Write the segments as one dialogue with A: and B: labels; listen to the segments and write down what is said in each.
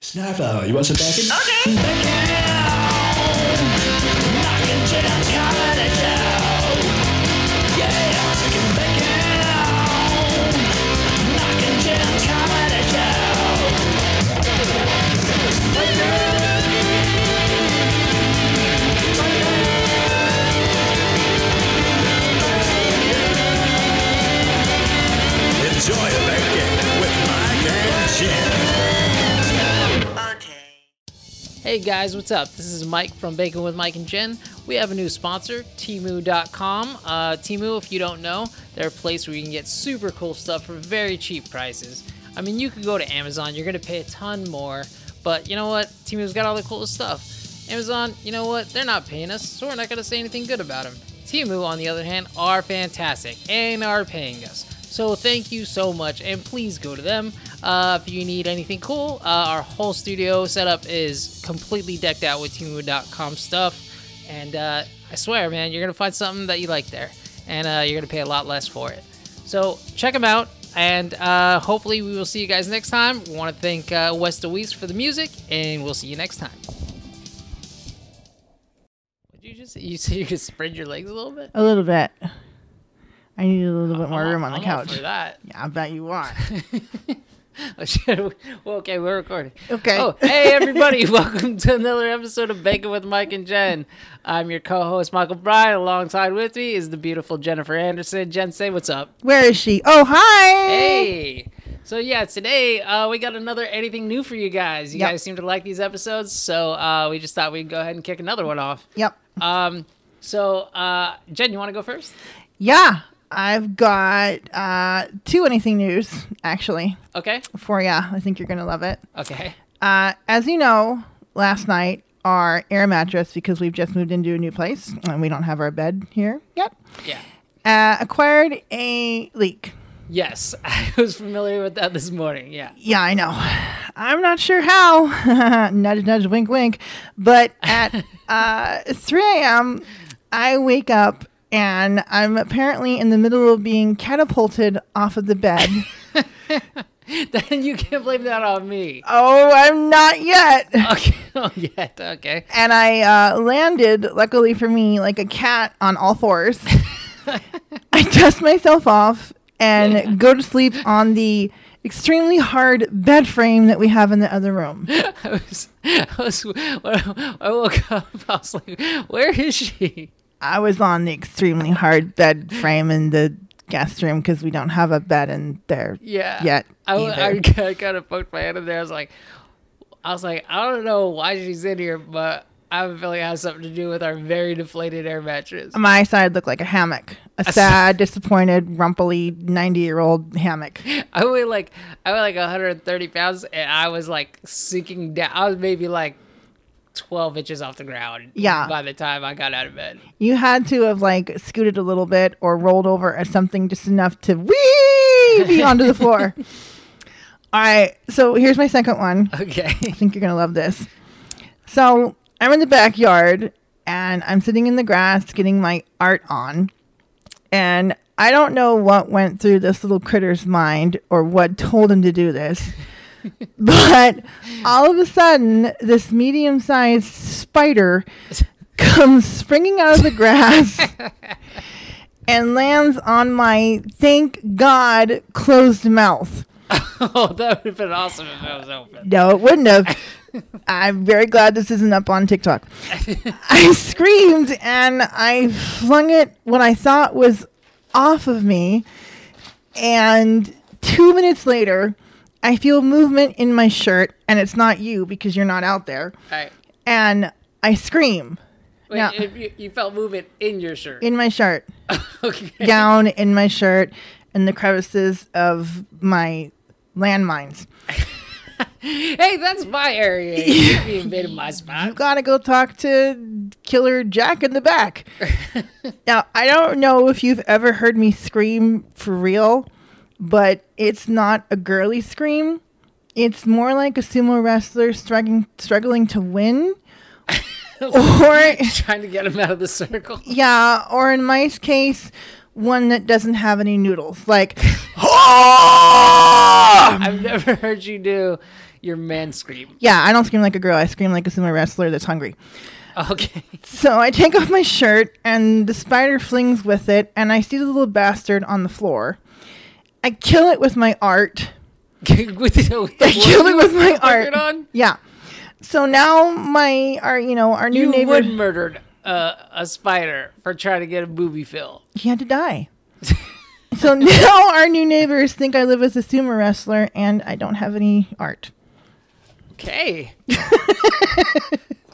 A: Snowflower, uh, you want some bacon?
B: Okay. Knocking shit out, got it out. Yeah, chicken bacon. Knocking shit out, got it out.
C: Enjoy bacon with Mike and Jen.
D: Hey guys, what's up? This is Mike from Bacon with Mike and Jen. We have a new sponsor, Timu.com. Uh, Timu, if you don't know, they're a place where you can get super cool stuff for very cheap prices. I mean, you could go to Amazon, you're going to pay a ton more, but you know what? Timu's got all the coolest stuff. Amazon, you know what? They're not paying us, so we're not going to say anything good about them. Timu, on the other hand, are fantastic and are paying us. So thank you so much, and please go to them uh, if you need anything cool. Uh, our whole studio setup is completely decked out with Timu.com stuff, and uh, I swear, man, you're gonna find something that you like there, and uh, you're gonna pay a lot less for it. So check them out, and uh, hopefully we will see you guys next time. We want to thank uh, Wes DeWeese for the music, and we'll see you next time. Did you just you say you could spread your legs a little bit?
E: A little bit. I need a little bit more
D: I'm
E: room
D: all-
E: on the
D: I'm all
E: couch.
D: for that.
E: Yeah, I bet you are.
D: Oh, shit. Well, okay, we're recording.
E: Okay.
D: Oh, hey, everybody. Welcome to another episode of Bacon with Mike and Jen. I'm your co host, Michael Bryan. Alongside with me is the beautiful Jennifer Anderson. Jen, say what's up.
E: Where is she? Oh, hi.
D: Hey. So, yeah, today uh, we got another anything new for you guys. You
E: Yep.
D: guys seem to like these episodes, so uh, we just thought we'd go ahead and kick another one off.
E: Yep.
D: Um, so, uh, Jen, you want to go first?
E: Yeah, I've got uh, two anything news actually
D: Okay.
E: for ya. I think you're gonna love it.
D: Okay.
E: Uh, as you know, last night our air mattress because we've just moved into a new place and we don't have our bed here yet.
D: Yeah.
E: Uh, acquired a leak.
D: Yes, I was familiar with that this morning. Yeah.
E: Yeah, I know. I'm not sure how. nudge, nudge, wink, wink. But at uh, 3 a.m., I wake up and I'm apparently in the middle of being catapulted off of the bed.
D: Then you can't blame that on me.
E: oh, I'm not yet.
D: Okay. Oh, yeah. Okay.
E: And I uh, landed, luckily for me, like a cat on all fours. I dust myself off and go to sleep on the extremely hard bed frame that we have in the other room.
D: I was, I was, when I woke up, I was like, where is she?
E: I was on the extremely hard bed frame in the guest room because we don't have a bed in there
D: Yeah.
E: yet.
D: I, wa- I,
E: either.
D: I kind of poked my head in there. I was like, I was like, I don't know why she's in here, but I have a feeling it has something to do with our very deflated air mattress.
E: My side looked like a hammock, a sad, disappointed, rumply 90 year old hammock.
D: I weigh like, I weigh like 130 pounds and I was like sinking down. I was maybe like 12 inches off the ground.
E: Yeah.
D: By the time I got out of bed.
E: You had to have like scooted a little bit or rolled over at something just enough to wee be onto the floor. All right, so here's my second one.
D: Okay.
E: think you're gonna love this. So I'm in the backyard and I'm sitting in the grass getting my art on, and I don't know what went through this little critter's mind or what told him to do this, but all of a sudden this medium-sized spider comes springing out of the grass. And lands on my thank God closed mouth.
D: Oh, that would have been awesome if that was open.
E: No, it wouldn't have. I'm very glad this isn't up on TikTok. I screamed and I flung it what I thought was off of me. And two minutes later, I feel movement in my shirt, and it's not you because you're not out there.
D: All right.
E: And I scream
D: Wait,
E: Now-
D: if you, you felt movement in your shirt.
E: in my shirt,
D: okay.
E: down in my shirt, and the crevices of my landmines.
D: Hey, that's my area. You can't be invading my spot.
E: you gotta go talk to Killer Jack in the back. now, I don't know if you've ever heard me scream for real, but it's not a girly scream. It's more like a sumo wrestler struggling, struggling to win. or,
D: Trying to get him out of the circle.
E: yeah, or in my case, one that doesn't have any noodles. Like,
D: I've never heard you do your man scream.
E: Yeah, I don't scream like a girl. I scream like a sumo wrestler that's hungry.
D: Okay.
E: So I take off my shirt, and the spider flings with it, and I see the little bastard on the floor. I kill it with my art.
D: With the- with the
E: I kill it
D: wood
E: with my
D: you
E: art.
D: murdered on?
E: Yeah. So now my our you know our new
D: You
E: neighbor
D: would murdered uh, a spider for trying to get a booby fill.
E: he had to die. so now our new neighbors think I live as a sumo wrestler and I don't have any art.
D: Okay.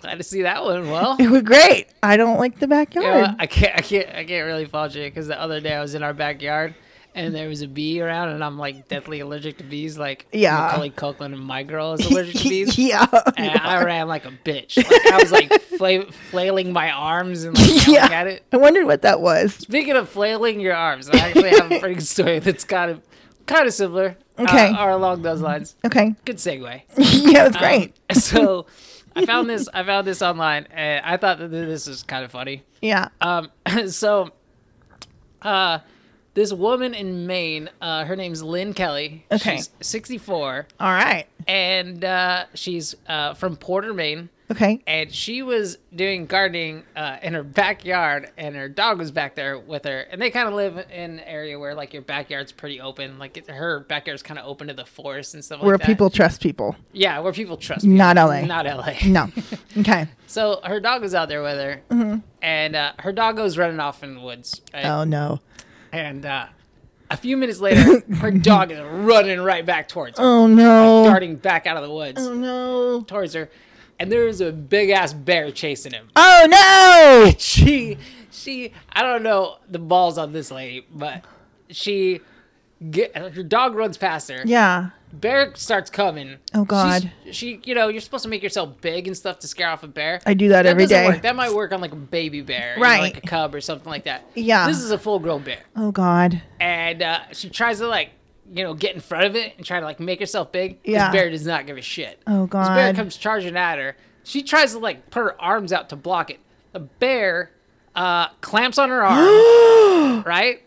D: Glad to see that one. Well,
E: It was great. I don't like the backyard.
D: you know what? I can't, I can't, I can't really fault you because the other day I was in our backyard and there was a bee around, and I'm like deathly allergic to bees. Like
E: Yeah.
D: Macaulay Culkin and my girl is allergic to bees.
E: yeah.
D: And I ran like a bitch. Like, I was like fla- flailing my arms and like yelling
E: yeah.
D: at it.
E: I wondered what that was.
D: Speaking of flailing your arms, I actually have a pretty good story that's kind of kind of similar. uh,
E: Okay.
D: or along those lines.
E: Okay.
D: Good segue.
E: yeah, it was great.
D: Um, so I found this I found this online and I thought that this was kind of funny.
E: yeah.
D: Um so uh this woman in Maine, uh, her name's Lynn Kelly.
E: Okay.
D: She's 64,
E: All right.
D: and uh, she's uh, from Porter, Maine
E: Okay.
D: and she was doing gardening uh, in her backyard, and her dog was back there with her. And they kind of live in an area where like your backyard's pretty open, like it, her backyard's kind of open to the forest and stuff
E: Where
D: like that.
E: people trust people.
D: yeah, where people trust, people.
E: Not LA.
D: not LA.
E: No. Okay.
D: So her dog was out there with her, and uh, her dog goes running off in the woods. right?
E: Mm-hmm. Oh no.
D: And uh, a few minutes later, her dog is running right back towards her,
E: Oh no.
D: darting back out of the woods
E: Oh no.
D: towards her, and there is a big ass bear chasing him.
E: Oh no.
D: she she I don't know the balls on this lady, but she get her dog runs past her.
E: Yeah.
D: Bear starts coming.
E: Oh, God.
D: She's- she you know, you're supposed to make yourself big and stuff to scare off a bear.
E: I do that every
D: doesn't
E: day.
D: Work. That might work on like a baby bear, you know,
E: Right.
D: like a cub or something like that.
E: Yeah.
D: This is a full grown bear.
E: Oh god.
D: And uh, she tries to like you know, get in front of it and try to like make herself big.
E: Yeah.
D: This bear does not give a shit.
E: Oh,
D: This bear
E: God.
D: comes charging at her. She tries to like put her arms out to block it. The bear uh, clamps on her arm, right?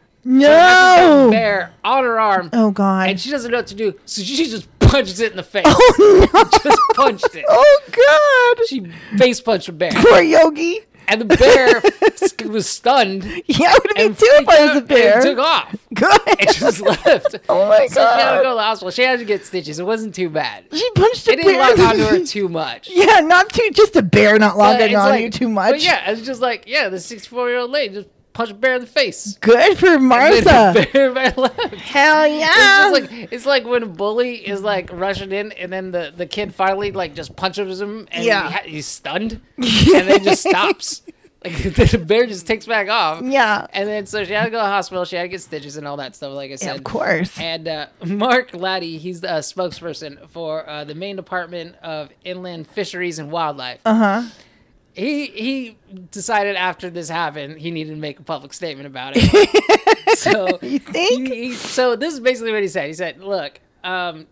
D: The
E: No.
D: bear on her arm,
E: Oh god.
D: and she doesn't know what to do, so she just punches it in the face. just punched it.
E: Oh god.
D: She face punched the bear,
E: Poor Yogi.
D: and the bear s- was stunned.
E: Yeah, I would have been
D: and
E: too if I
D: freaked
E: was a
D: out
E: bear.
D: and took off.
E: Good.
D: It just left.
E: Oh my
D: So she had to
E: God.
D: go to the hospital. She had to get stitches. It wasn't too bad.
E: She punched a
D: It didn't
E: bear.
D: lock onto her too much.
E: yeah, not too. Just a bear not
D: But
E: logging
D: it's
E: on
D: like-
E: you too
D: But
E: much.
D: yeah, it's just like, yeah, the 64 year old lady just punched a bear in the face.
E: Good for
D: And
E: Martha.
D: the bear right left. It's
E: Hell yeah.
D: just like it's like when a bully is like rushing in, and then the, the kid finally like just punches him, and
E: Yeah.
D: he ha- he's stunned, and then just stops. Like the bear just takes back off.
E: Yeah.
D: And then so she had to go to the hospital. She had to get stitches and all that stuff. Like I said,
E: yeah, of course.
D: and uh, Mark Laddie, he's the uh, spokesperson for uh, the Maine Department of Inland Fisheries and Wildlife. Uh
E: Uh-huh.
D: huh. He he decided after this happened, he needed to make a public statement about it. so
E: You think?
D: he- he- so this is basically what he said. He said, "Look, um,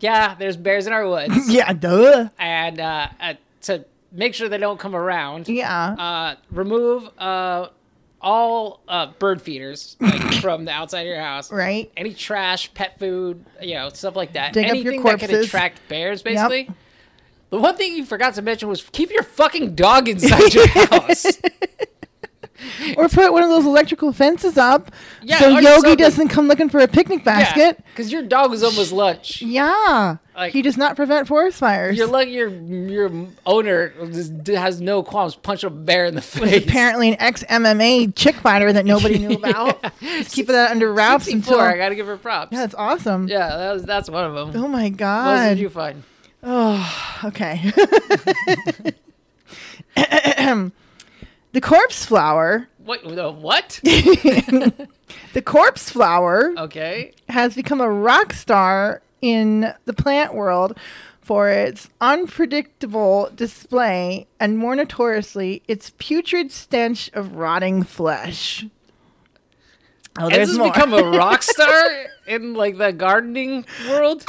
D: yeah, there's bears in our woods,
E: Yeah, duh.
D: and uh, uh, to make sure they don't come around,
E: Yeah.
D: uh, remove uh, all uh, bird feeders like, from the outside of your house.
E: Right.
D: Any trash, pet food, you know, stuff like that.
E: Dig up your
D: Anything that could
E: corpses.
D: attract bears, basically. The one thing you forgot to mention was keep your fucking dog inside your house.
E: or put one of those electrical fences up
D: Yeah,
E: so
D: or
E: Yogi
D: something.
E: doesn't come looking for a picnic basket.
D: Because your dog was almost lunch.
E: Yeah.
D: Like-
E: he does not prevent forest fires.
D: You're lucky your your owner just has no qualms punching a bear in the face.
E: Apparently, an ex MMA chick fighter that nobody knew about. Just keeping that under wraps until.
D: 64, I gotta give her props.
E: Yeah, that's awesome.
D: Yeah, that was, that's one of them.
E: Oh my
D: What else did
E: god.
D: you find?
E: okay. the corpse flower.
D: What? The what?
E: The corpse flower
D: Okay.
E: has become a rock star in the plant world for its unpredictable display and more notoriously its putrid stench of rotting flesh. Oh,
D: Has this become a rock star in like the gardening world?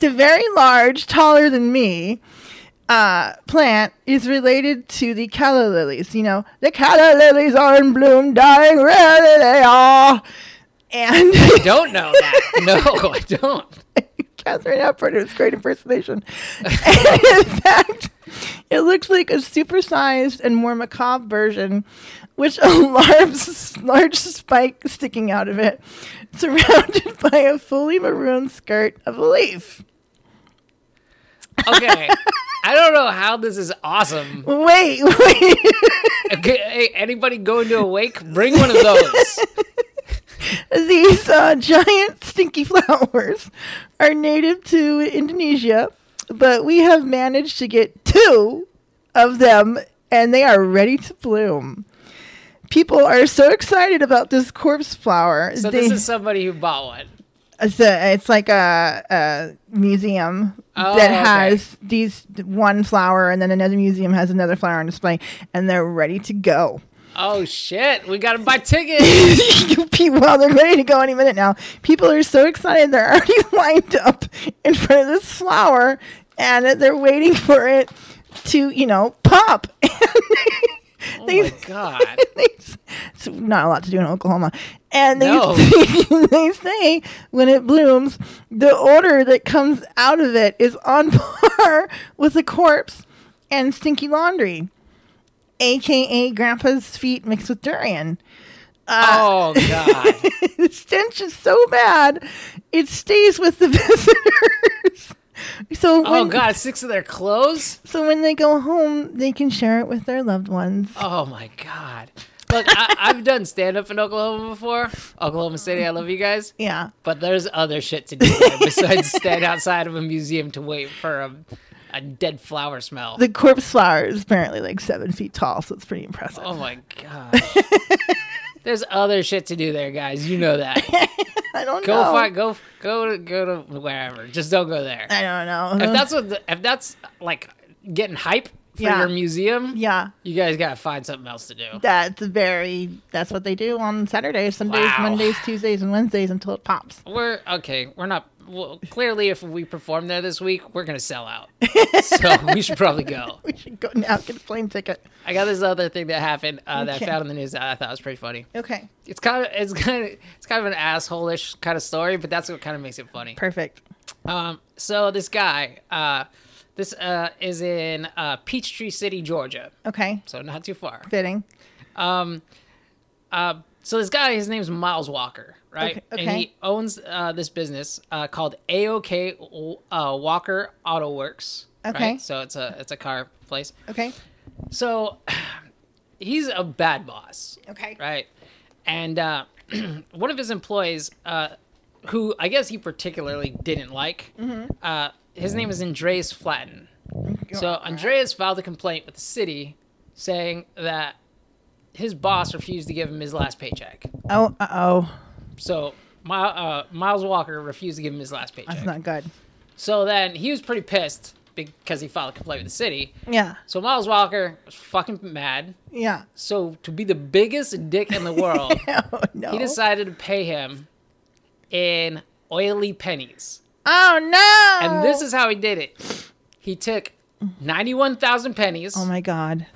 E: the very large, taller than me uh, plant is related to the calla lilies. You know, the calla lilies are in bloom, dying red they are. And
D: Don't know that. No, I don't.
E: Catherine Hepburn. It's great impersonation. and in fact, it looks like a supersized and more macabre version, which a large, large spike sticking out of it, surrounded by a fully maroon skirt of a leaf.
D: Okay. I don't know how this is awesome.
E: Wait, wait.
D: Okay, hey, anybody going to a wake? Bring one of those.
E: These uh, giant stinky flowers are native to Indonesia, but we have managed to get two of them and they are ready to bloom. People are so excited about this corpse flower.
D: So
E: they,
D: this is somebody who bought one.
E: it's, a, it's like a, a museum
D: Oh,
E: that
D: okay.
E: has these one flower and then another museum has another flower on display and they're ready to go.
D: Oh shit! We gotta buy tickets.
E: you people, well, they're ready to go any minute now. People are so excited; they're already lined up in front of this flower, and they're waiting for it to, you know, pop. And
D: Oh
E: they,
D: my god!
E: they, it's not a lot to do in Oklahoma, and they
D: No.
E: they say when it blooms, the odor that comes out of it is on par with a corpse and stinky laundry, aka Grandpa's feet mixed with durian.
D: Oh god!
E: the stench is so bad, it stays with the visitors. So when,
D: Oh god! Six of their clothes.
E: so when they go home, they can share it with their loved ones.
D: Oh my god! Look, I, I've done stand up in Oklahoma before. Oklahoma City, I love you guys.
E: Yeah.
D: But there's other shit to do there besides stand outside of a museum to wait for a, a dead flower smell.
E: The corpse flower is apparently like seven feet tall, so it's pretty impressive.
D: Oh my god! There's other shit to do there, guys. You know that.
E: I don't
D: Go
E: know.
D: find go go to go to wherever. Just don't go there.
E: I don't know.
D: If that's what the, if that's like getting hype for
E: Yeah.
D: your museum,
E: yeah.
D: you guys gotta find something else to do.
E: That's very. That's what they do on Saturdays, Sundays,
D: Wow.
E: Mondays, Tuesdays, and Wednesdays until it pops.
D: We're okay. We're not. Well, clearly, if we perform there this week, we're gonna sell out. so we should probably go.
E: We should go now get a plane ticket.
D: I got this other thing that happened uh, that I
E: Okay.
D: found in the news that I thought was pretty funny.
E: Okay.
D: It's kind of it's kind of it's kind of an asshole-ish kind of story, but that's what kind of makes it funny.
E: Perfect.
D: Um, so this guy, uh, this uh, is in uh, Peachtree City, Georgia.
E: Okay.
D: So not too far.
E: Fitting.
D: so this guy, his name's Miles Walker, right?
E: Okay,
D: And he
E: okay.
D: owns uh, this business uh, called AOK uh, Walker Auto Works.
E: Okay.
D: Right? So it's a it's a car place.
E: Okay.
D: So he's a bad boss,
E: Okay.
D: right? And uh, one of his employees, uh, who I guess he particularly didn't like,
E: Mm-hmm.
D: uh, his name is Andreas Flatten. So Andreas filed a complaint with the city, saying that his boss refused to give him his last paycheck.
E: Oh. Uh oh.
D: So My, uh, Miles Walker refused to give him his last paycheck.
E: That's not good.
D: so then he was pretty pissed because he filed a complaint with the city.
E: Yeah.
D: So Miles Walker was fucking mad.
E: Yeah.
D: So to be the biggest dick in the world,
E: Oh no.
D: he decided to pay him in oily pennies.
E: oh no.
D: And this is how he did it. He took 91,000 pennies,
E: Oh my god.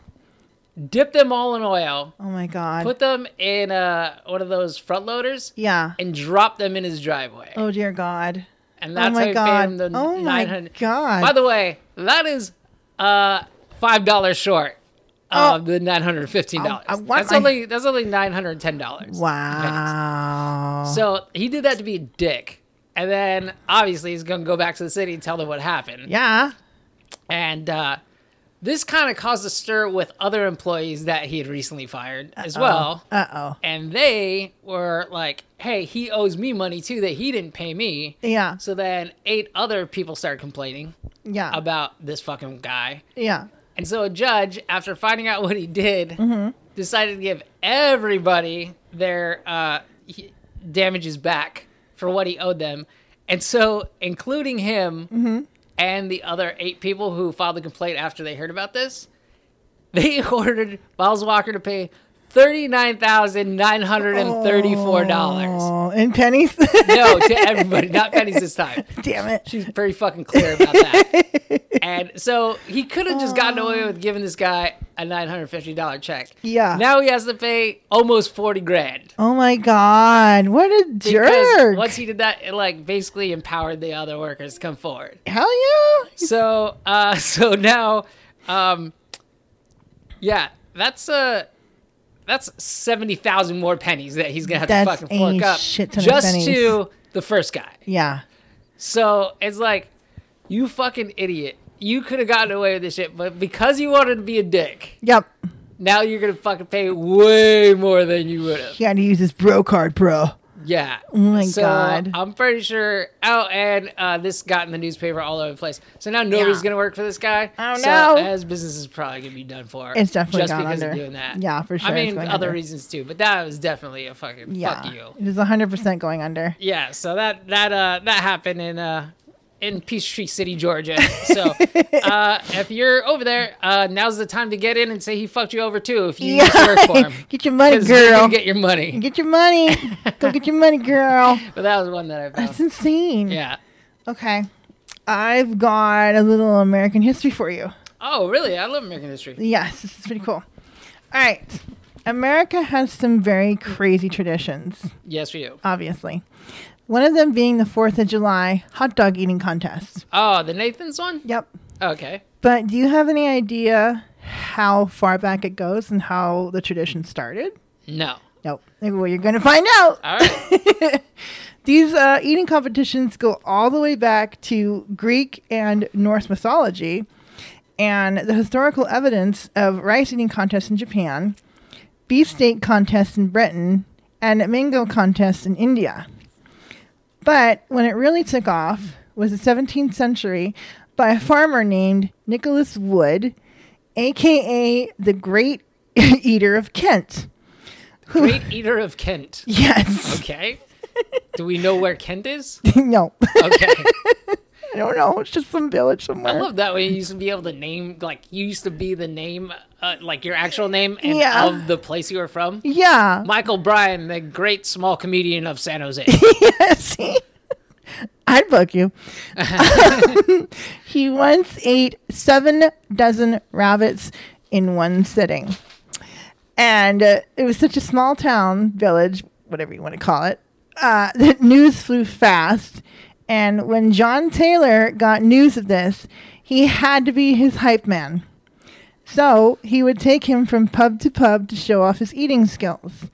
D: dipped them all in oil,
E: Oh my god.
D: put them in uh, one of those front loaders,
E: yeah.
D: and dropped them in his driveway.
E: Oh dear god.
D: And that's
E: Oh my
D: how he
E: God.
D: paid him the
E: Oh my
D: 900.
E: God.
D: By the way, that is uh, $5 short of
E: Oh.
D: the $915.
E: I- I want
D: that's,
E: my-
D: only, that's only $910.
E: Wow.
D: So he did that to be a dick. And then obviously he's going to go back to the city and tell them what happened.
E: yeah.
D: And uh, this kind of caused a stir with other employees that he had recently fired as well.
E: Uh oh.
D: And they were like, hey, he owes me money too that he didn't pay me.
E: Yeah.
D: So then eight other people started complaining
E: Yeah.
D: about this fucking guy.
E: yeah.
D: And so a judge, after finding out what he did, decided to give everybody their uh, he- damages back for what he owed them. And so, including him and the other eight people who filed the complaint after they heard about this, they ordered Miles Walker to pay $39,934.
E: Oh, and pennies.
D: No, to everybody, not pennies this time.
E: Damn it.
D: She's pretty fucking clear about that. and so he could have just gotten away with giving this guy a nine hundred fifty dollar check.
E: Yeah.
D: Now he has to pay almost forty grand.
E: Oh my god, what a
D: Because
E: jerk!
D: Once he did that, it like basically empowered the other workers to come forward.
E: Hell yeah!
D: So uh so now um yeah, that's uh that's seventy thousand more pennies that he's gonna have
E: That's
D: to fucking fork
E: a
D: up
E: shit ton of
D: just
E: pennies.
D: to the first guy.
E: Yeah,
D: So it's like, you fucking idiot. You could have gotten away with this shit, but because you wanted to be a dick,
E: yep.
D: now you're gonna fucking pay way more than you would have.
E: He had to use his bro card, bro.
D: Yeah. Oh
E: my
D: so
E: God.
D: I'm pretty sure. Oh, and uh, this got in the newspaper all over the place. So now nobody's
E: Yeah.
D: gonna work for this guy.
E: Oh,
D: so
E: no.
D: His business is probably gonna be done for.
E: It's definitely
D: just
E: gone
D: because of
E: under.
D: doing that.
E: Yeah, for sure,
D: I
E: it's
D: mean,
E: going
D: other
E: under.
D: reasons too, but that was definitely a fucking
E: Yeah,
D: fuck you.
E: it is hundred percent going under.
D: Yeah. So that that uh that happened in uh in Peachtree City, Georgia. So uh if you're over there, uh now's the time to get in and say he fucked you over too. If you used to work for him.
E: get your money,
D: 'Cause you're
E: girl.
D: gonna get your money.
E: Get your money. Go get your money, girl.
D: But that was one that I
E: That's
D: found.
E: insane.
D: Yeah.
E: Okay. I've got a little American history for you.
D: Oh, really? I love American history.
E: Yes, this is pretty cool. All right. America has some very crazy traditions,
D: Yes, we do.
E: obviously. One of them being the 4th of July hot dog eating contest.
D: Oh, the Nathan's one?
E: Yep.
D: Okay.
E: But do you have any idea how far back it goes and how the tradition started?
D: No.
E: Nope. Well, you're going to find out.
D: All right.
E: These uh, eating competitions go all the way back to Greek and Norse mythology and the historical evidence of rice eating contests in Japan, beefsteak contests in Britain, and mango contests in India. But when it really took off was the 17th century by a farmer named Nicholas Wood, aka the Great Eater of Kent.
D: Great Eater of Kent.
E: Yes.
D: Okay. Do we know where Kent is?
E: no.
D: Okay.
E: I don't know. It's just some village somewhere.
D: I love that way you used to be able to name, like, you used to be the name, uh, like, your actual name and
E: Yeah.
D: of the place you were from.
E: Yeah.
D: Michael Bryan, the great small comedian of San Jose.
E: See? I'd book you. he once ate seven dozen rabbits in one sitting. And uh, it was such a small town, village, whatever you want to call it, uh, that news flew fast. And when John Taylor got news of this, he had to be his hype man. So he would take him from pub to pub to show off his eating skills.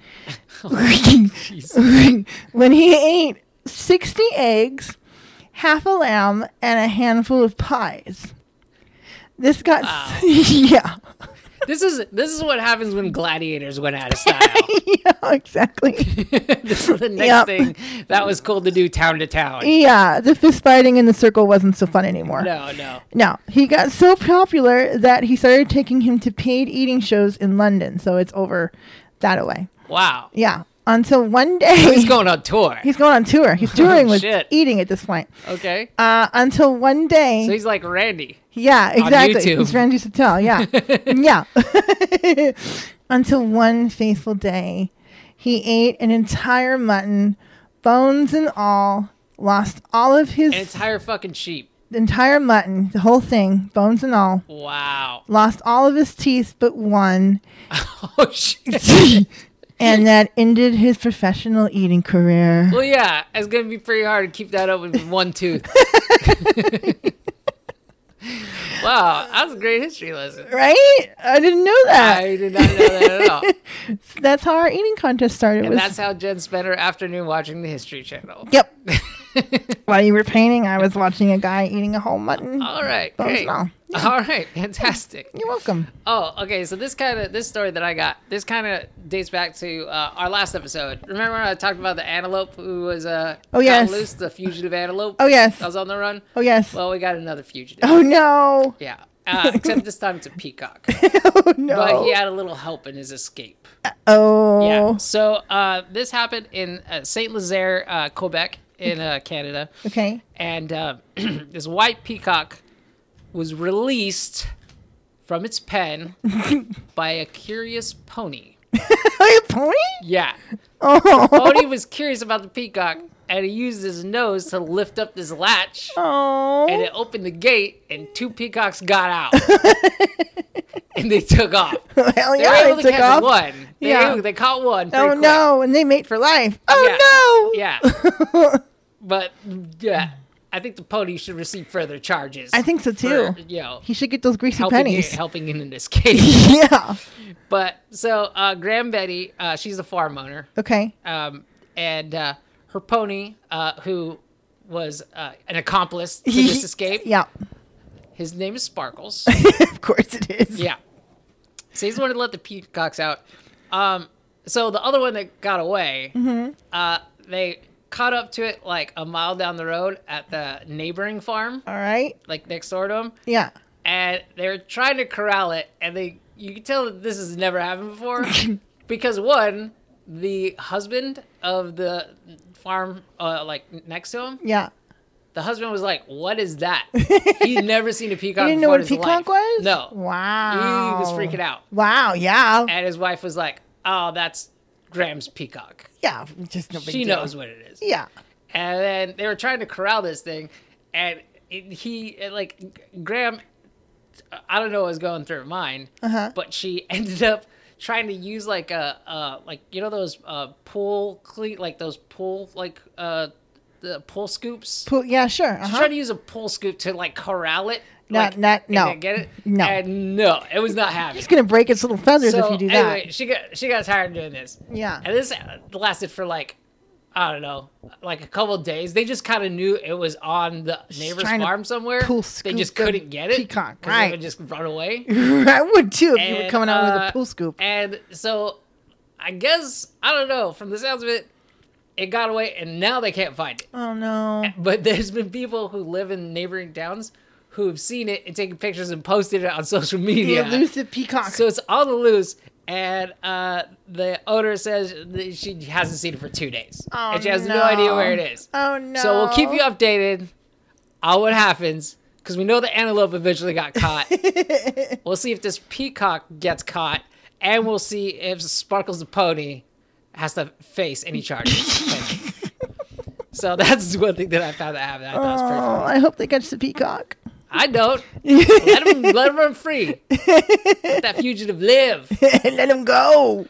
E: when he ate 60 eggs, half a lamb, and a handful of pies. This got, s- yeah,
D: this is this is what happens when gladiators went out of style.
E: yeah, exactly.
D: this is the next
E: Yep.
D: thing that was cool to do town to town.
E: yeah, the fist fighting in the circle wasn't so fun anymore.
D: No, no.
E: No, he got so popular that he started taking him to paid eating shows in London. So it's over that way.
D: Wow.
E: Yeah, until one day
D: He's going on tour.
E: he's going on tour. He's touring with
D: shit.
E: eating at this point.
D: Okay.
E: Uh, until one day,
D: So he's like Randy.
E: Yeah, exactly.
D: YouTube.
E: It's Randy Sattel. Yeah. yeah. Until one faithful day, he ate an entire mutton, bones and all, lost all of his
D: An entire fucking sheep.
E: entire mutton, the whole thing, bones and all,
D: Wow.
E: lost all of his teeth but one,
D: Oh shit.
E: and that ended his professional eating career.
D: Well, yeah, it's gonna be pretty hard to keep that open with one tooth. wow, that was a great history lesson.
E: Right? I didn't know that.
D: I did not know that at all.
E: That's how our eating contest started.
D: And
E: was-
D: that's how Jen spent her afternoon watching the History Channel.
E: Yep. While you were painting, I was watching a guy eating a whole mutton.
D: All right,
E: was
D: great.
E: all.
D: All right, fantastic.
E: You're welcome.
D: Oh, okay. So this kind of this story that I got this kind of dates back to uh, our last episode. Remember when I talked about the antelope who was uh
E: Oh, yes.
D: loose, the fugitive antelope.
E: Oh, yes.
D: that was on the run.
E: Oh yes.
D: Well, we got another fugitive.
E: oh no.
D: Yeah, uh, except this time it's a peacock,
E: Oh no.
D: but he had a little help in his escape.
E: oh.
D: Yeah. So uh, this happened in uh, Saint Lazare, uh, Quebec, in uh, Canada,
E: Okay.
D: and uh, this white peacock was released from its pen by a curious pony.
E: Oh, a pony?
D: Yeah.
E: Oh.
D: Pony was curious about the peacock and he used his nose to lift up this latch
E: Oh.
D: and it opened the gate and two peacocks got out. and they took off.
E: Hell
D: They
E: yeah,
D: were
E: they
D: able to
E: took
D: catch
E: off.
D: one. They,
E: Yeah.
D: they caught one. pretty
E: Oh
D: quick.
E: no, and they mate for life. Oh no.
D: Yeah. but yeah, I think the pony should receive further charges.
E: I think so too.
D: for, you know,
E: He should get those greasy
D: helping in,
E: pennies.
D: helping in in this case.
E: yeah.
D: but so uh, Graham Betty, uh, she's a farm owner,
E: Okay.
D: um, and uh, her pony, uh, who was uh, an accomplice to this escape,
E: Yeah.
D: his name is Sparkles.
E: of course it is.
D: Yeah. So he's the one who let the peacocks out. Um, so the other one that got away,
E: Mm-hmm.
D: uh, they caught up to it like a mile down the road at the neighboring farm,
E: All right.
D: like next door to him,
E: Yeah.
D: and they're trying to corral it. And they, you can tell that this has never happened before, because one, the husband of the farm, uh, like next to him,
E: Yeah.
D: the husband was like, "What is that?" He's never seen a peacock.
E: You didn't
D: before
E: know what
D: in
E: a
D: his life.
E: peacock was?
D: No.
E: Wow.
D: He was freaking out.
E: Wow. Yeah.
D: and his wife was like, "Oh, that's Graham's peacock.
E: yeah. Just no big
D: She
E: deal.
D: knows what it is."
E: Yeah.
D: And then they were trying to corral this thing, and it, he and, like G- Graham. I don't know what was going through her mind,
E: Uh-huh.
D: but she ended up trying to use like a uh, like you know those uh, pool clean like those pool like uh, the pool scoops.
E: Pool, yeah. Sure.
D: She
E: Uh-huh.
D: tried to use a pool scoop to like corral it.
E: No,
D: like,
E: not-
D: and
E: no.
D: then get it.
E: No.
D: and no, it was not happening
E: It's gonna break its little feathers if you do that.
D: anyway, she got she got tired of doing this.
E: Yeah.
D: And this lasted for like I don't know, like a couple days. They just kind of knew it was on the neighbor's
E: trying to
D: farm somewhere.
E: pull
D: they
E: scoop
D: just
E: the
D: couldn't get it.
E: peacock,
D: 'cause They
E: right.
D: would just run away.
E: I would too if you were
D: And,
E: coming out with
D: uh,
E: a pool scoop.
D: And so I guess I don't know, from the sounds of it, it got away and now they can't find it.
E: Oh no.
D: But there's been people who live in neighboring towns who have seen it and taken pictures and posted it on social
E: The
D: media.
E: elusive peacock.
D: So it's on the loose, and uh, the owner says that she hasn't seen it for two days,
E: Oh,
D: and she has no.
E: no.
D: idea where it is.
E: Oh, no.
D: So we'll keep you updated on what happens, because we know the antelope eventually got caught. we'll see if this peacock gets caught, and we'll see if Sparkles the pony has to face any charges. so that's one thing that I found that happened. I thought it was pretty
E: oh, I hope they catch the peacock.
D: I don't. let him let him run free. Let that fugitive live.
E: Let him go.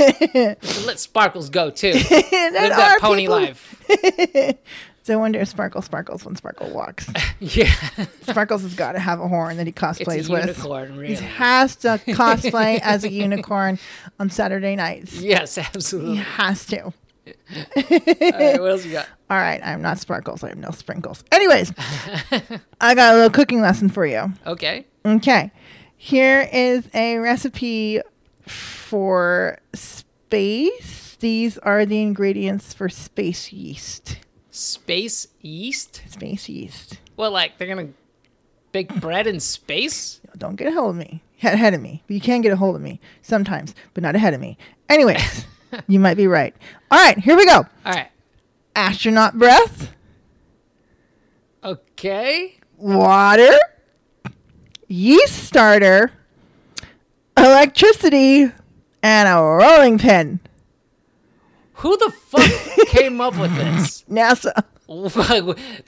D: And let Sparkles go too. Live
E: Let
D: that
E: our
D: pony
E: people-
D: life.
E: So I wonder if Sparkle sparkles when Sparkle walks.
D: Yeah.
E: Sparkles has got to have a horn that he
D: It's a
E: cosplays with.
D: unicorn,
E: He
D: really.
E: has to cosplay as a unicorn on Saturday nights.
D: Yes, absolutely.
E: He has to.
D: All right, what else you got?
E: All right, I'm not sparkles. I'm no sprinkles. Anyways, I got a little cooking lesson for you.
D: Okay.
E: Okay. Here is a recipe for space. These are the ingredients for space yeast.
D: Space yeast?
E: Space yeast.
D: Well, like they're gonna bake bread in space?
E: Don't get a hold of me. Get ahead of me. But you can get a hold of me sometimes, but not ahead of me. Anyways, you might be right. All right, here we go.
D: All right.
E: Astronaut breath,
D: Okay.
E: water, yeast starter, electricity, and a rolling pin.
D: Who the fuck came up with this?
E: NASA.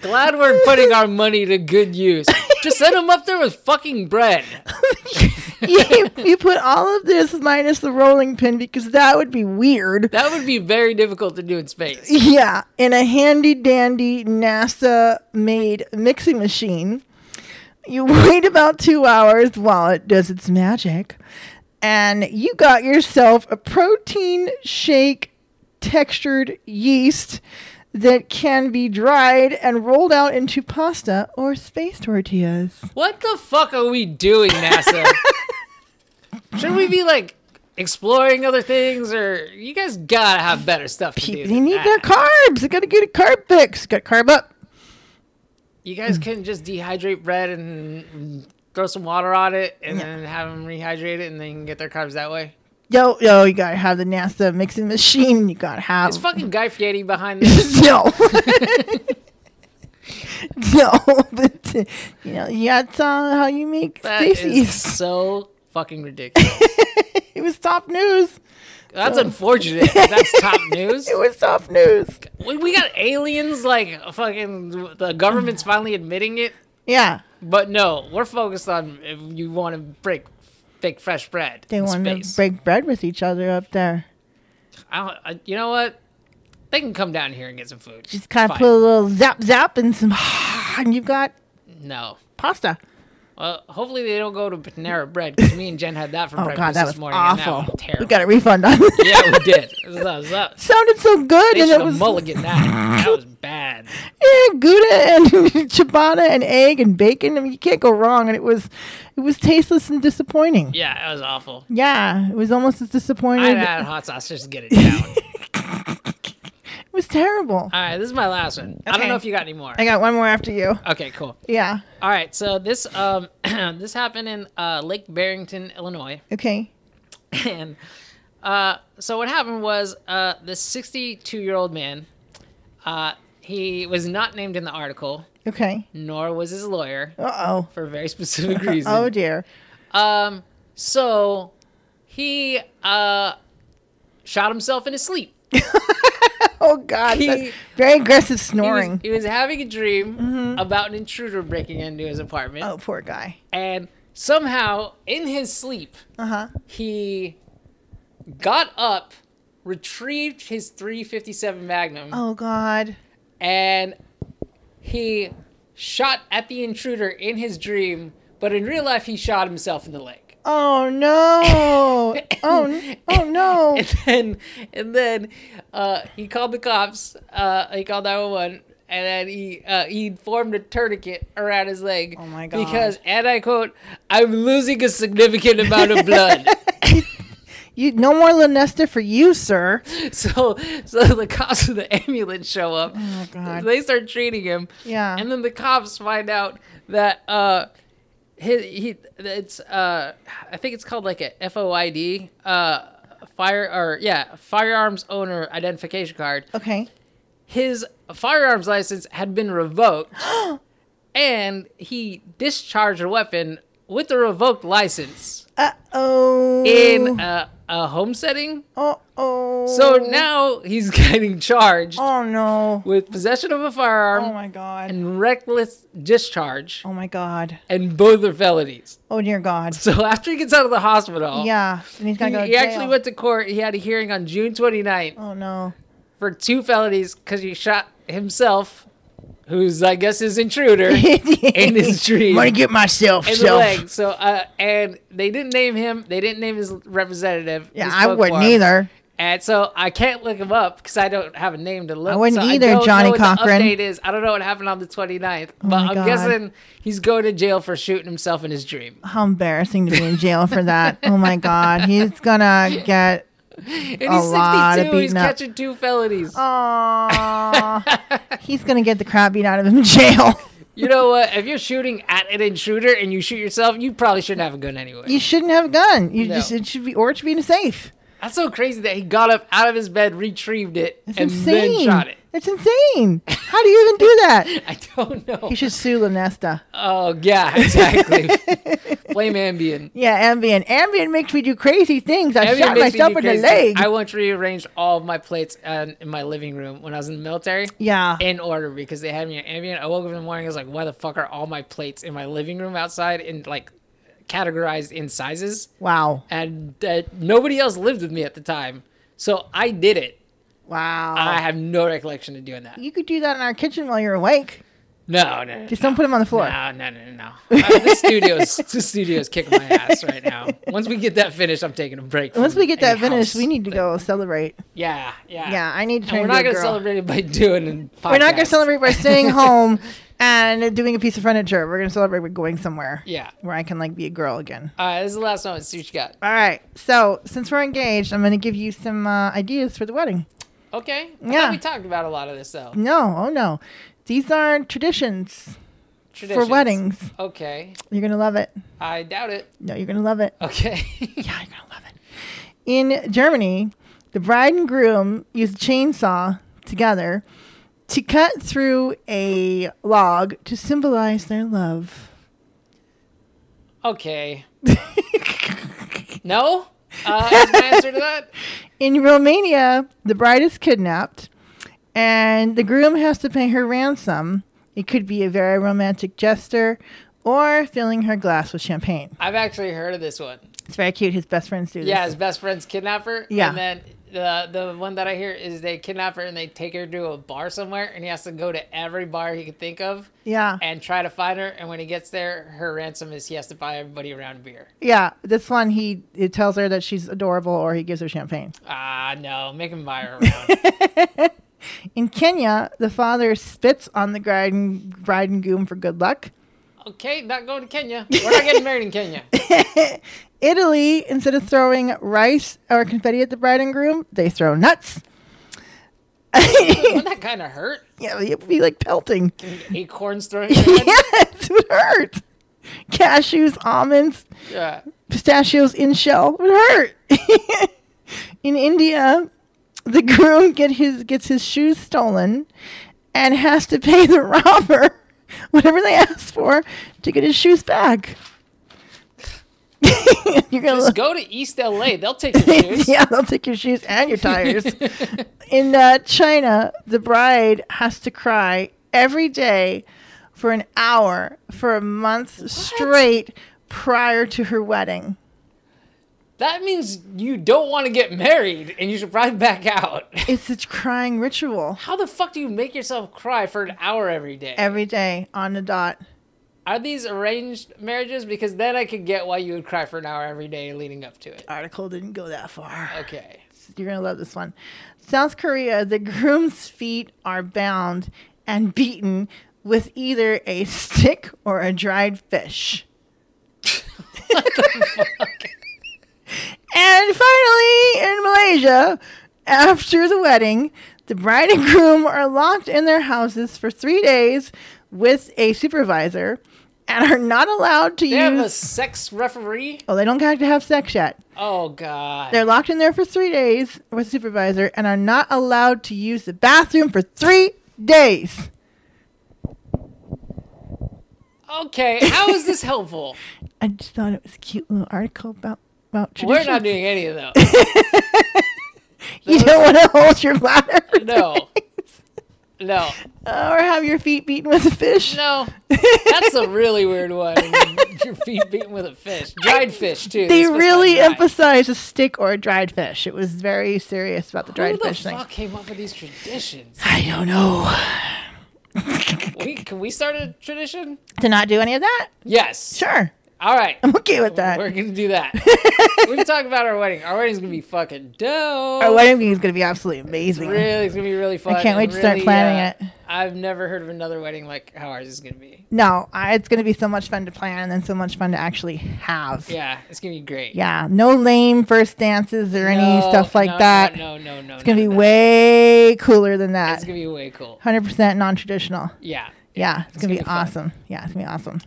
D: Glad we're putting our money to good use. Just send them up there with fucking bread.
E: you, you put all of this minus the rolling pin because that would be weird.
D: That would be very difficult to do in space.
E: Yeah, in a handy dandy NASA made mixing machine. You wait about two hours while it does its magic, and you got yourself a protein shake textured yeast that can be dried and rolled out into pasta or space tortillas.
D: What the fuck are we doing, NASA? Should we be like exploring other things, or you guys gotta have better stuff to do?
E: People, they
D: than
E: need
D: that.
E: their carbs. They gotta get a carb fix. Got carb up.
D: You guys couldn't just dehydrate bread and throw some water on it, and then have them rehydrate it, and then you can get their carbs that way.
E: Yo, yo, you gotta have the NASA mixing machine. You gotta have.
D: It's fucking Guy Fieri behind this.
E: no. no, but uh, you know, you gotta tell how you make
D: That is
E: Stacy's.
D: so fucking ridiculous.
E: It was top news.
D: That's unfortunate. That's top news.
E: It was top news.
D: We, we got aliens like fucking. The government's finally admitting it.
E: Yeah.
D: But no, we're focused on if you want to break bake fresh bread.
E: They
D: in
E: want
D: space.
E: to break bread with each other up there.
D: I don't, I, you know what? They can come down here and get some food.
E: Just kind of
D: Fine.
E: put a little zap zap and some, and you've got
D: No.
E: pasta.
D: Well, hopefully they don't go to Panera Bread because me and Jen had that for
E: Oh
D: breakfast
E: god, that
D: this
E: was
D: morning. and that
E: awful.
D: was terrible.
E: we got a refund on. it.
D: yeah, we did. That was, that was,
E: Sounded so good,
D: they
E: and
D: should
E: it
D: have
E: was
D: mulligan that. That was bad.
E: yeah, gouda and ciabatta and egg and bacon. I mean, you can't go wrong. And it was, it was tasteless and disappointing.
D: Yeah, that was awful.
E: Yeah, it was almost as
D: I had
E: disappointing.
D: to add hot sauce just to get it down.
E: It was terrible.
D: All right, this is my last one. I don't
E: Okay.
D: know if you got any more.
E: I got one more after you.
D: Okay, cool.
E: Yeah.
D: All right, so this um this happened in uh, Lake Barrington, Illinois,
E: Okay.
D: and uh, so what happened was uh, this 62 year old man, uh, he was not named in the article,
E: Okay.
D: nor was his lawyer
E: Uh
D: for a very specific
E: oh.
D: reason.
E: Oh dear.
D: Um, so he uh shot himself in his sleep.
E: Oh god.
D: He-
E: that's very aggressive
D: He was-
E: snoring.
D: He was, having a dream about an intruder breaking into his apartment,
E: oh poor guy.
D: and somehow in his sleep,
E: Uh huh.
D: he got up, retrieved his 357 Magnum,
E: Oh god.
D: and he shot at the intruder in his dream. But in real life, he shot himself in the leg.
E: Oh no. oh. n- Oh no.
D: and then and then uh, he called the cops. Uh, he called 911, and then he uh, he formed a tourniquet around his leg.
E: Oh my
D: Because and I quote, "I'm losing a significant amount of blood."
E: You no more Lunesta for you, sir.
D: so so the cops and the ambulance show up.
E: Oh god.
D: They start treating him.
E: Yeah.
D: And then the cops find out that uh his he it's uh I think it's called like a FOID uh fire or yeah, firearms owner identification card.
E: Okay.
D: His firearms license had been revoked and he discharged a weapon with the revoked license
E: Uh oh.
D: in uh, a home setting.
E: Uh oh.
D: So now he's getting charged
E: Oh no.
D: with possession of a firearm
E: Oh my god.
D: and reckless discharge,
E: Oh my god.
D: and both are felonies.
E: Oh dear God.
D: So after he gets out of the hospital,
E: Yeah. And he's
D: he,
E: gonna go. to
D: he actually
E: jail.
D: went to court. He had a hearing on June 29th
E: Oh no.
D: for two felonies because he shot himself, who's I guess his intruder, in his dream.
E: to get myself.
D: in the
E: self.
D: leg. So, uh, and they didn't name him. They didn't name his representative.
E: Yeah,
D: who
E: I
D: spoke
E: wouldn't
D: for him.
E: either.
D: And so I can't look him up because I don't have a name to look.
E: I wouldn't
D: so
E: either,
D: don't know
E: Johnny
D: what the
E: Cochran. Oh
D: update is I don't know what happened on the 29th, but
E: my
D: I'm
E: God.
D: guessing he's going to jail for shooting himself in his dream.
E: How embarrassing to be in jail for that. oh my God. He's gonna get.
D: And
E: A
D: he's
E: lot of
D: 62. He's
E: beating up. Oh.
D: catching two felonies.
E: Aww. he's gonna get the crap beat out of him in jail.
D: You know what? If you're shooting at an intruder and you shoot yourself, you probably shouldn't have a gun anyway.
E: You shouldn't have a gun. You
D: No.
E: just it should be or it should be in a safe.
D: That's so crazy that he got up out of his bed, retrieved it,
E: It's
D: and
E: insane.
D: then shot it.
E: It's insane. How do you even do that?
D: I don't know.
E: You should sue Lunesta.
D: Oh yeah, exactly. Blame Ambien.
E: Yeah, Ambien. Ambien makes me do crazy things. I
D: Ambien
E: shot
D: makes me
E: myself
D: do
E: in the
D: crazy
E: leg.
D: things. I once rearranged all of my plates um, in my living room when I was in the military.
E: yeah.
D: In order because they had me an Ambien. I woke up in the morning. I was like, "Why the fuck are all my plates in my living room outside and like categorized in sizes?"
E: Wow.
D: And uh, nobody else lived with me at the time, so I did it.
E: Wow.
D: I have no recollection of doing that.
E: you could do that in our kitchen while you're awake.
D: No, no, no,
E: Just don't put them on the floor.
D: no, no, no, no. no. Uh, the studios, the studios kicking my ass right now. Once we get that finished, I'm taking a break.
E: Once
D: from
E: we get that
D: any
E: finished,
D: house
E: we need to
D: thing.
E: go celebrate.
D: Yeah, yeah,
E: Yeah, I need to
D: And
E: turn
D: we're
E: into
D: not
E: a
D: gonna
E: girl.
D: celebrate it by doing. and
E: We're not going
D: podcasts.
E: to celebrate by staying home and doing a piece of furniture. We're going to celebrate with going somewhere
D: Yeah.
E: where I can like be a girl again.
D: All right, this is the last one. Let's see what you got.
E: All right. So since we're engaged, I'm going to give you some uh, ideas for the wedding.
D: Okay. I
E: Yeah.
D: thought we talked about a lot of this though.
E: No, oh no, these are traditions for
D: Traditions.
E: weddings.
D: Okay.
E: You're going to love it.
D: I doubt it.
E: No, you're going to love it.
D: Okay.
E: Yeah, you're gonna love it. In Germany, the bride and groom use a chainsaw together to cut through a log to symbolize their love.
D: okay. No. Uh, is my answer to that?
E: In Romania, the bride is kidnapped and the groom has to pay her ransom. It could be a very romantic gesture or filling her glass with champagne.
D: I've actually heard of this one.
E: It's very cute. His best friends do this.
D: Yeah, his best friend's kidnapper.
E: Yeah.
D: And then the the one that I hear is they kidnap her and they take her to a bar somewhere, and he has to go to every bar he can think of
E: Yeah.
D: and try to find her. And when he gets there, her ransom is he has to buy everybody around beer.
E: Yeah, this one he it tells her that she's adorable, or he gives her champagne.
D: Ah, no, make him buy her around.
E: In Kenya, the father spits on the bride and, bride and groom for good luck.
D: okay, not going to Kenya. We're not getting married in Kenya.
E: Italy, instead of throwing rice or confetti at the bride and groom, they throw nuts.
D: Wouldn't that kind of hurt?
E: Yeah, it would be like pelting.
D: Acorns throwing. your head?
E: yes, it would hurt. Cashews, almonds,
D: yeah.
E: pistachios in shell would hurt. in India, the groom get his gets his shoes stolen and has to pay the robber whatever they ask for to get his shoes back. You're gonna
D: Just go to East LA. They'll take your shoes.
E: yeah, they'll take your shoes and your tires. In uh, China, the bride has to cry every day for an hour for a month straight prior to her wedding.
D: That means you don't want to get married, and you should probably back out.
E: It's a crying ritual
D: How the fuck do you make yourself cry for an hour every day?
E: every day on the dot.
D: Are these arranged marriages? Because then I could get why you would cry for an hour every day leading up to it.
E: Article didn't go that far.
D: Okay.
E: You're going to love this one. South Korea, the groom's feet are bound and beaten with either a stick or a dried fish. And finally, in Malaysia, after the wedding, the bride and groom are locked in their houses for three days with a supervisor and are not allowed to
D: They have a
E: use.
D: sex referee?
E: oh, they don't have to have sex yet.
D: Oh, God.
E: They're locked in there for three days with a supervisor and are not allowed to use the bathroom for three days.
D: Okay, how is this helpful?
E: I just thought it was a cute little article about about
D: We're
E: traditions.
D: not doing any of those.
E: you don't want to hold your bladder
D: No. No.
E: or have your feet beaten with a fish.
D: No. That's a really weird one. Your feet beaten with a fish. Dried fish, too.
E: they
D: supposed to
E: really
D: have dried.
E: emphasized a stick or a dried fish. It was very serious about the dried
D: Who the
E: fish thing.
D: fuck came up with these traditions?
E: I don't know.
D: We, can we start a tradition?
E: to not do any of that?
D: Yes.
E: Sure.
D: All right.
E: I'm okay with that.
D: We're gonna do that. we can talk about our wedding. Our wedding's gonna be fucking dope.
E: Our wedding is going to be absolutely amazing.
D: Really, it's gonna be really fun.
E: I can't wait
D: and
E: to start
D: really,
E: planning
D: uh,
E: it.
D: I've never heard of another wedding like how ours is gonna be.
E: No, I, it's going to be so much fun to plan and so much fun to actually have.
D: Yeah, it's gonna be great.
E: Yeah, no lame first dances or any
D: No,
E: stuff like
D: no,
E: that.
D: No, no, no, no.
E: It's going to be way cooler than
D: It's
E: that.
D: gonna be way cool.
E: 100% non traditional.
D: Yeah.
E: Yeah, it's, going to be,
D: fun.
E: awesome. Yeah, it's going to be awesome.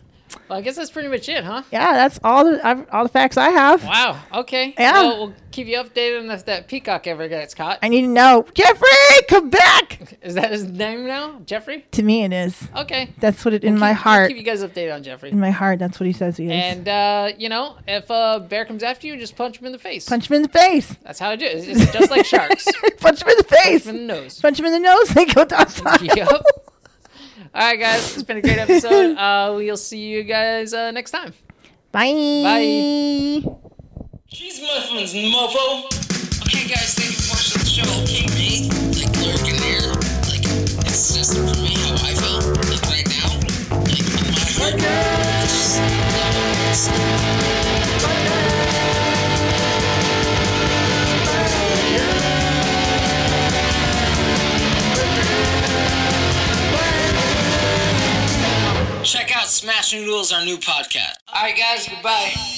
D: Well, I guess that's pretty much it, huh?
E: Yeah, that's all the, I've, all the facts I have.
D: Wow. Okay.
E: Yeah.
D: Well, we'll keep you updated on if that peacock ever gets caught.
E: I need to know. Jeffrey, come back!
D: Is that his name now, Jeffrey?
E: To me, it is.
D: Okay.
E: That's what it, in my
D: Keep-
E: heart. Mm-hmm.
D: Keep you guys updated on Jeffrey.
E: In my heart, that's what he says he is.
D: And uh, you know, if a bear comes after you, just punch him in the face.
E: Punch him in the face.
D: That's how I do it. It's just like sharks.
E: Punch him in the face.
D: Punch him in the nose.
E: Punch him in the nose. They go docile.
D: Yep. All right, guys. It's been a great episode. Uh, we'll see you guys uh, next time.
E: Bye. Bye.
A: Cheese muffins, mofo. Okay, guys, thank you for watching the show. Okay, me, like lurking there, like it's just for me how I feel, like right now, like in my heart. it's just, yeah, it's- Check out Smashing Rules, our new podcast. All right, guys, goodbye.